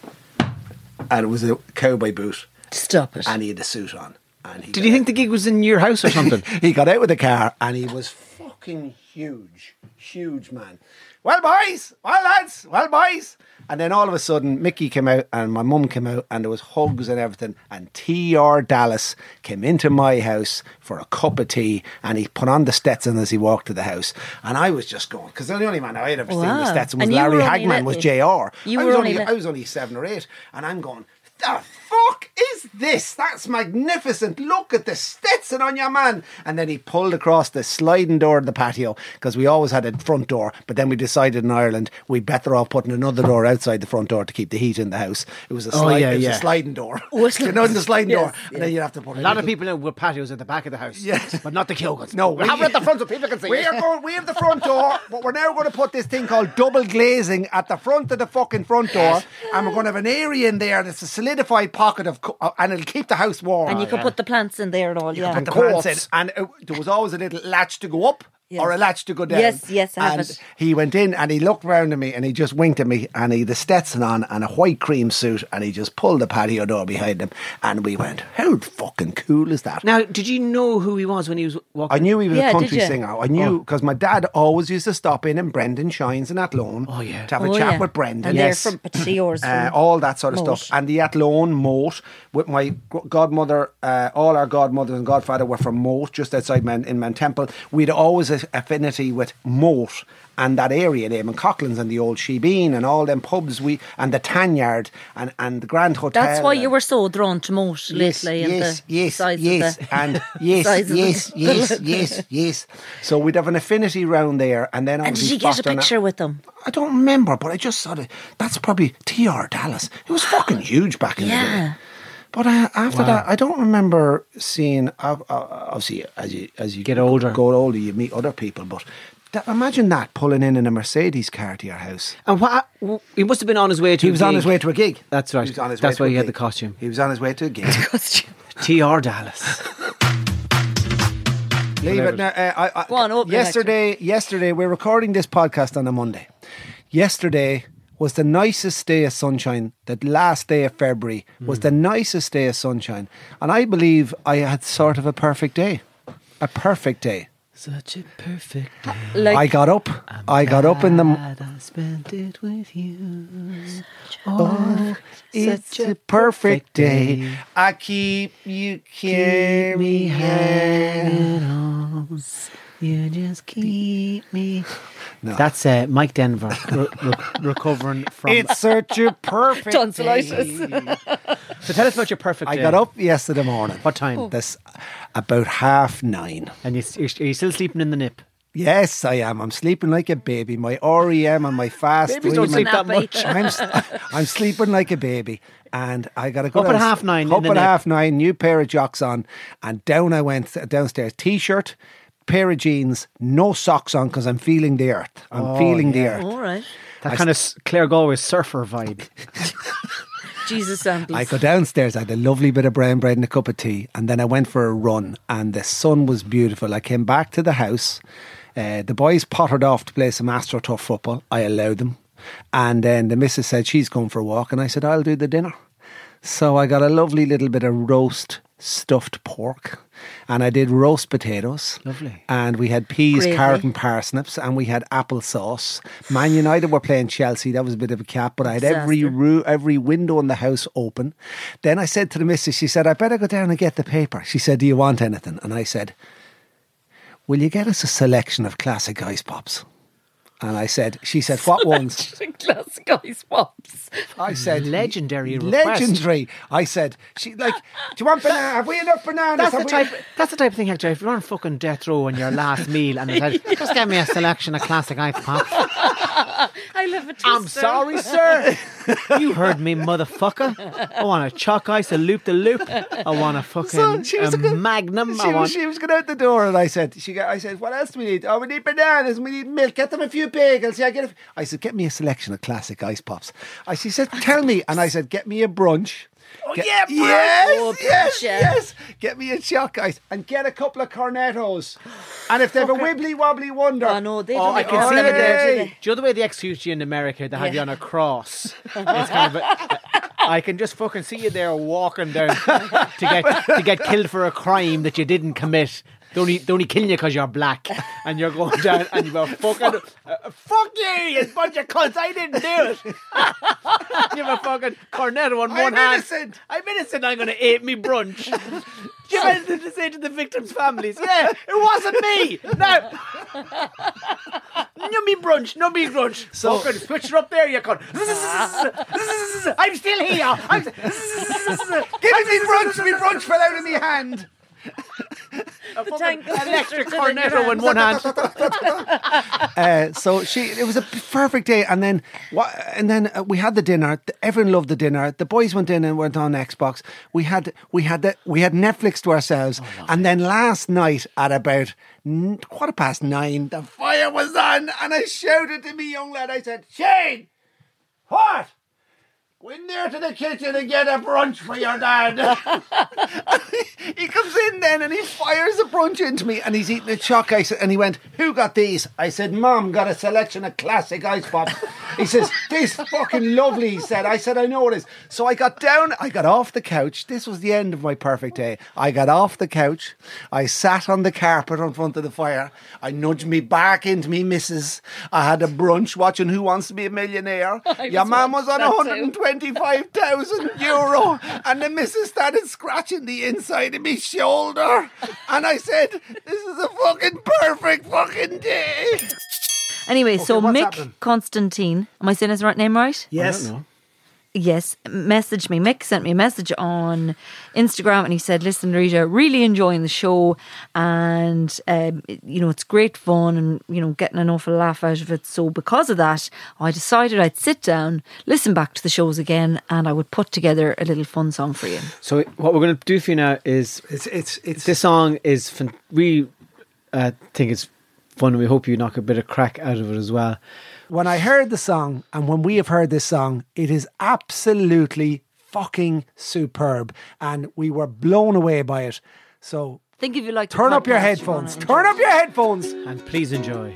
and it was a cowboy boot,
Stop it.
and he had a suit on. And he
Did
got
you
out-
think the gig was in your house or something?
<laughs> he got out with the car, and he was fucking huge, huge man. Well, boys, well lads, well boys. And then all of a sudden, Mickey came out, and my mum came out, and there was hugs and everything. And T.R. Dallas came into my house for a cup of tea, and he put on the Stetson as he walked to the house. And I was just going because the only man I had ever seen
Wow.
with Stetson was
And you
Larry
were only
Hagman, was
little.
Jr.
You
I
were
was
only
only
lit-
I was only seven or eight, and I'm going, the fuck is this? That's magnificent. Look at the Stetson on your man. And then he pulled across the sliding door of the patio because we always had a front door, but then we decided in Ireland we'd better off putting another door outside the front door to keep the heat in the house. It was a,
Oh,
slide,
yeah,
it was
yeah.
a sliding door. <laughs> you know, the sliding door. And then you'd have to put
A lot of people now with patios at the back of the house.
Yes.
But not the Kilgans.
No,
we
<laughs>
have it at the front so people can see
We
it.
are going. We have the front
<laughs>
door, but we're now going to put this thing called double glazing at the front of the fucking front door, and we're going to have an area in there that's a solidified pocket of, co- uh, and it'll keep the house warm.
and you could put the plants in there and all, yeah.
Put the plants in, and uh, there was always a little latch to go up. Or a
Yes.
latch to go down.
Yes, yes, I have
and
it.
He went in and he looked round at me and he just winked at me and he had the Stetson on and a white cream suit and he just pulled the patio door behind him and we went, how fucking cool is that?
Now, did you know who he was when he was
I
walking? Oh.
knew he was
Yeah,
a
did
country
you?
singer. I knew because my dad always used to stop in and Brendan Shines in Athlone oh,
yeah.
to have a
Oh,
chat
yeah.
with Brendan.
And they're Yes. from Petiore's
uh,
from
all that sort of
Moat.
stuff. And the Athlone Moat with my g- godmother, uh, all our godmothers and godfather were from Moat, just outside Man, in Mantemple. We'd always a affinity with Moat and that area there, and Coughlin's and the Old Shebeen and all them pubs we and the Tanyard and, and the Grand Hotel.
That's why
and-
you were so drawn to Moat
Yes,
lately. and
yes,
the
yes,
size
yes,
Of the, <laughs>
and yes,
size of
yes,
the- <laughs>
yes, yes, yes. So we'd have an affinity round there, and then
And
obviously
did you get a
Boston-
picture with <laughs> them?
I don't remember, but I just saw it. That's probably T.R. Dallas. It
<gasps>
was fucking huge back in the
Yeah.
day. But uh, after that, I don't remember seeing. Uh, uh, obviously, as you as you
Get older.
go older, you meet other people. But that, imagine that pulling in in a Mercedes car to your house.
And what, w- he must have been on his way to
He
a
was on
gig.
his way to a gig.
That's right.
He was on his
That's why
way to a
he had
gig.
the costume. <laughs>
He was on his way to a gig.
T.R. Dallas.
Leave it now. Uh, I, I,
Go on, open it,
yesterday, yesterday, we're recording this podcast on a Monday. Yesterday was the nicest day of sunshine. The last day of February was the nicest day of sunshine, and I believe I had sort of a perfect day. A perfect day.
Such a perfect
I got up. i got up in the. m-
I spent it with you.
Oh, it's a perfect day. I keep you carry hanging on.
You just keep me. That's uh, Mike Denver re-
<laughs>
re- recovering from.
It's such a <laughs> perfect
Tonsillitis.
<laughs> So tell us about your perfect.
I
day.
got up yesterday morning.
What time?
This about half nine.
And you, you're, are you still sleeping in the nip?
Yes, I am. I'm sleeping like a baby. My REM and my fast.
Babies don't
women-
sleep that
Nappy.
much.
<laughs> I'm, s- I'm sleeping like a baby. And I got to go
Up at
downst-
half nine in
Up
the
at
nip.
half nine, new pair of jocks on, and down I went uh, downstairs. T-shirt, pair of jeans, no socks on because I'm feeling the earth. I'm
Oh,
feeling the earth.
All right.
That kind of s- Claire Galway surfer
<laughs>
vibe.
Jesus samples.
I go downstairs. I had a lovely bit of brown bread and a cup of tea, and then I went for a run. And the sun was beautiful. I came back to the house. Uh, the boys pottered off to play some astroturf football. I allowed them, and then the missus said she's going for a walk, and I said I'll do the dinner. So I got a lovely little bit of roast stuffed pork, and I did roast potatoes.
Lovely.
And we had peas,
Gravy.
carrot, and parsnips, and we had applesauce. Man United were playing Chelsea. That was a bit of a cap, but I had every
Disaster.
roo- every window in the house open. Then I said to the missus, she said, I better go down and get the paper. She said, Do you want anything? And I said, Will you get us a selection of classic ice pops? And I said, She said,
<laughs>
What ones?
Classic ice pops.
I said,
Legendary request.
Legendary. I said, she like, do you want banana? Have we enough
That's
bananas?
the,
Have we-
type, that's the type of thing, Hector. If you're on fucking death row and your last meal, and they said,
<laughs>
just get me a selection of classic ice pops.
I love it.
I'm sorry, <laughs> sir. You heard me, motherfucker. I want a chalk ice, a loop the loop. I want a
So
fucking
she was
a
gonna-
magnum.
She
I
was,
want.
she was going out the door, and I said, "She." Got, I said, "What else do we need? Oh, we need bananas. and We need milk. Get them a few bagels. Yeah, get." A f-" I said, "Get me a selection of classic ice pops." I, she said, "Tell me," and I said, "Get me a brunch." Oh
yeah, brunch.
Yes,
Oh,
yes,
brunch, yeah.
yes. Get me a chalk ice and get a couple of cornetos. And if they have a wibbly wobbly wonder,
Oh, no, they
Oh,
don't
I can see
do
the
that, do
day.
they?
Do you know the way they execute you in America? They have you
Yeah.
on a cross. It's kind of a, <laughs> I can just fucking see you there walking down to get to get killed for a crime that you didn't commit. They only, they only killing you because you're black, and you're going down, and you're fucking uh, fuck you, you bunch of cunts! I didn't do it. <laughs> you have a fucking cornetto on
I'm
one hand.
innocent.
I'm innocent. I'm going to eat
<laughs>
me brunch. Do you meant to say to the victims' families? Yeah, it wasn't me.
<laughs>
No, no me brunch, no me brunch. Oh, So fucking switch it up there, you
<laughs>
cunt. I'm still here. I'm
give me me brunch. Me brunch fell out of me hand.
The tank
Oh, an extra
is in your
cornetto in
hand.
one
<laughs>
hand.
uh, so she, it was a perfect day. And then, what? And then uh, we had the dinner. Everyone loved the dinner. The boys went in and went on Xbox. We had we had the, we had Netflix to ourselves. and then last night at about n- quarter past nine, the fire was on, and I shouted to me young lad. I said, Shane, what? Go in there to the kitchen and get a brunch for your dad. <laughs> he comes in then and he fires a brunch into me and he's eating a chalk ice and he went, Who got these? I said, Mom got a selection of classic ice pops. he says, This fucking lovely, he said. I said, I know it is. So I got down, I got off the couch. This was the end of my perfect day. I got off the couch, I sat on the carpet in front of the fire, I nudged me back into me missus. I had a brunch watching Who Wants to Be
<laughs>
a Millionaire. Your
was
mum was on
watching that too.
120 25,000 euro and the missus started scratching the inside of me shoulder and I said this is a fucking perfect fucking day
Anyway, so
what's
Mick
happening?
Constantine, am I saying his right name right?
yes
Yes, message me. Mick sent me a message on Instagram and he said, Listen, Rita, really enjoying the show. And, um, it- you know, it's great fun and, you know, getting an awful laugh out of it. So, because of that, I decided I'd sit down, listen back to the shows again, and I would put together a little fun song for you.
So what we're going to do for you now is
it's it's it's
this song is fan- we uh, think it's fun. and We hope you knock a bit of crack out of it as well.
when I heard the song and when we have heard this song it is absolutely fucking superb and we were blown away by it so
Think if you like. the
Turn up your
podcast, you wanna
headphones.
enjoy.
Turn up your headphones.
And please enjoy.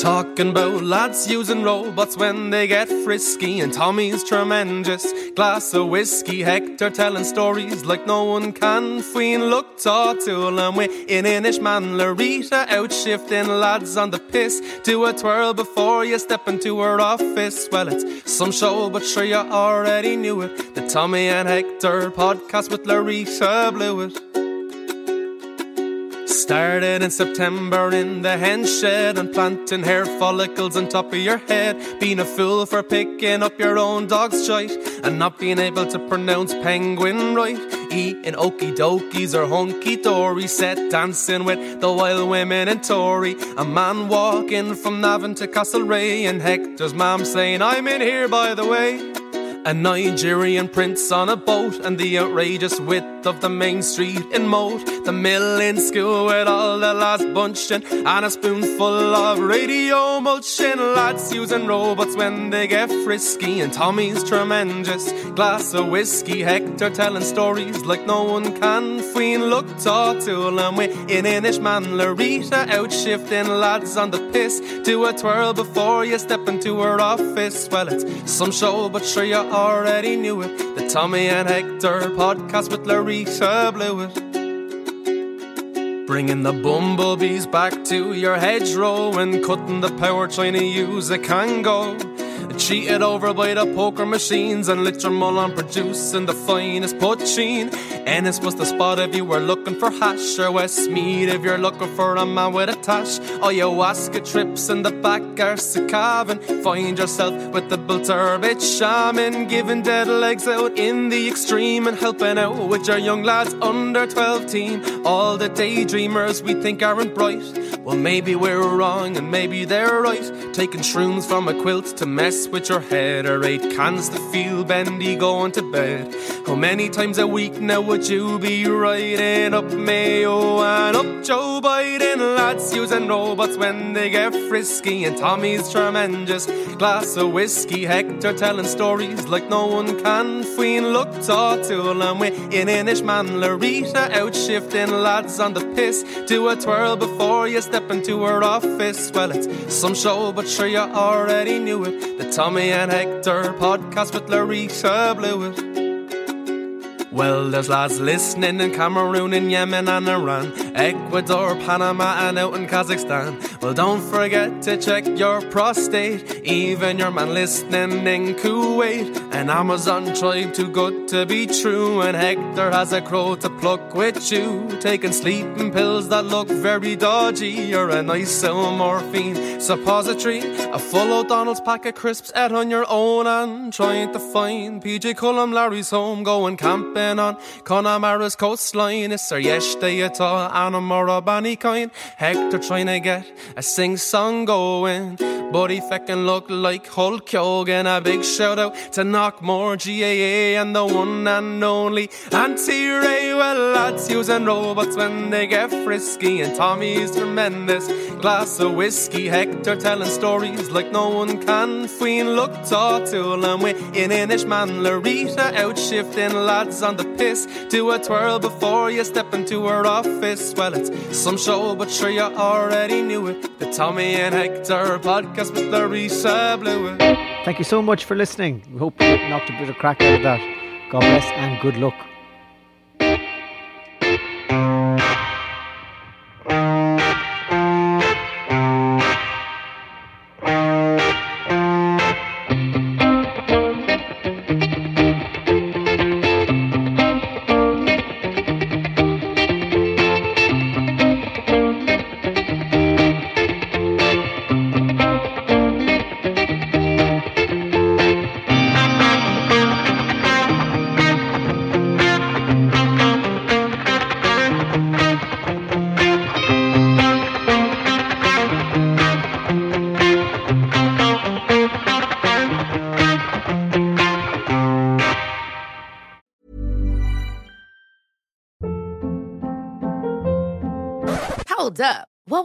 Talking about lads using robots when they get frisky, and Tommy's tremendous glass of whiskey. Hector telling stories like no one can. Fween look O'Toole and we in Inish man. Larita out shifting lads on the piss. Do a twirl before you step into her office. Well, it's some show, but sure you already knew it. The Tommy and Hector podcast with Larita Blewett. Started in September in the hen shed and planting hair follicles on top of your head. Being a fool for picking up your own dog's shite and not being able to pronounce penguin right. Eating okie dokies or hunky dory, set dancing with the wild women in Tory. A man walking from Navan to Castlereagh and Hector's mom saying, I'm in here by the way. A Nigerian prince on a boat and the outrageous width of the main street in Moat. The mill in school with all the last bunching and a spoonful of radio mulching. Lads using robots when they get frisky and Tommy's tremendous glass of whiskey. Hector telling stories like no one can. Fween look O'Toole and we in Inish man. Larita out shifting lads on the piss. Do a twirl before you step into her office. Well, it's some show, but sure you already knew it. The Tommy and Hector podcast with Larita Blewett. Bringing the bumblebees back to your hedgerow and cutting the power trying to use a Kango. Cheated over by the poker machines and lit your mull on producing the finest poachine. Ennis was the spot if you were looking for hash or Westmead if you're looking for a man with a tash. Ayahuasca trips in the back are Sakavan. Find yourself with the Bulturbit shaman, giving dead legs out in the extreme and helping out with your young lads under 12 team. All the daydreamers we think aren't bright. Well, maybe we're wrong and maybe they're right. Taking shrooms from a quilt to mess with your head or eight cans to feel bendy going to bed. How many times a week now would you be riding up Mayo and up Joe Biden? Lads using robots when they get frisky and Tommy's tremendous glass of whiskey. Hector telling stories like no one can. Fween look O'Toole and we in Inish man. Larita out shifting lads on the piss. Do a twirl before you step into her office. Well, it's some show, but sure you already knew it. The Tommy and Hector podcast with Larita Blewett. Well, there's lads listening in Cameroon and Yemen and Iran, Ecuador, Panama, and out in Kazakhstan. Well, don't forget to check your prostate, even your man listening in Kuwait. An Amazon tribe too good to be true, and Hector has a crow to pluck with you. Taking sleeping pills that look very dodgy, or an isomorphine suppository, a full O'Donnell's pack of crisps out on your own, and trying to find PJ Cullum Larry's home, going camping been on Connemara's coastline. It's our yesterday at all, Anamora Banny coin. Hector trying to get a sing song going. But he feckin' look like Hulk Hogan. A big shout out to Knockmore GAA and the one and only Auntie Ray. Well, lads using robots when they get frisky. And Tommy's tremendous glass of whiskey. Hector telling stories like no one can. Fween look O'Toole and we in Inish man. Larita out shifting lads on the piss. Do a twirl before you step into her office. Well, it's some show, but sure you already knew it. The Tommy and Hector podcast with Larissa Blewett.
Thank you so much for listening. We hope you knocked a bit of crack out of that. God bless and good luck.
Hold up.
What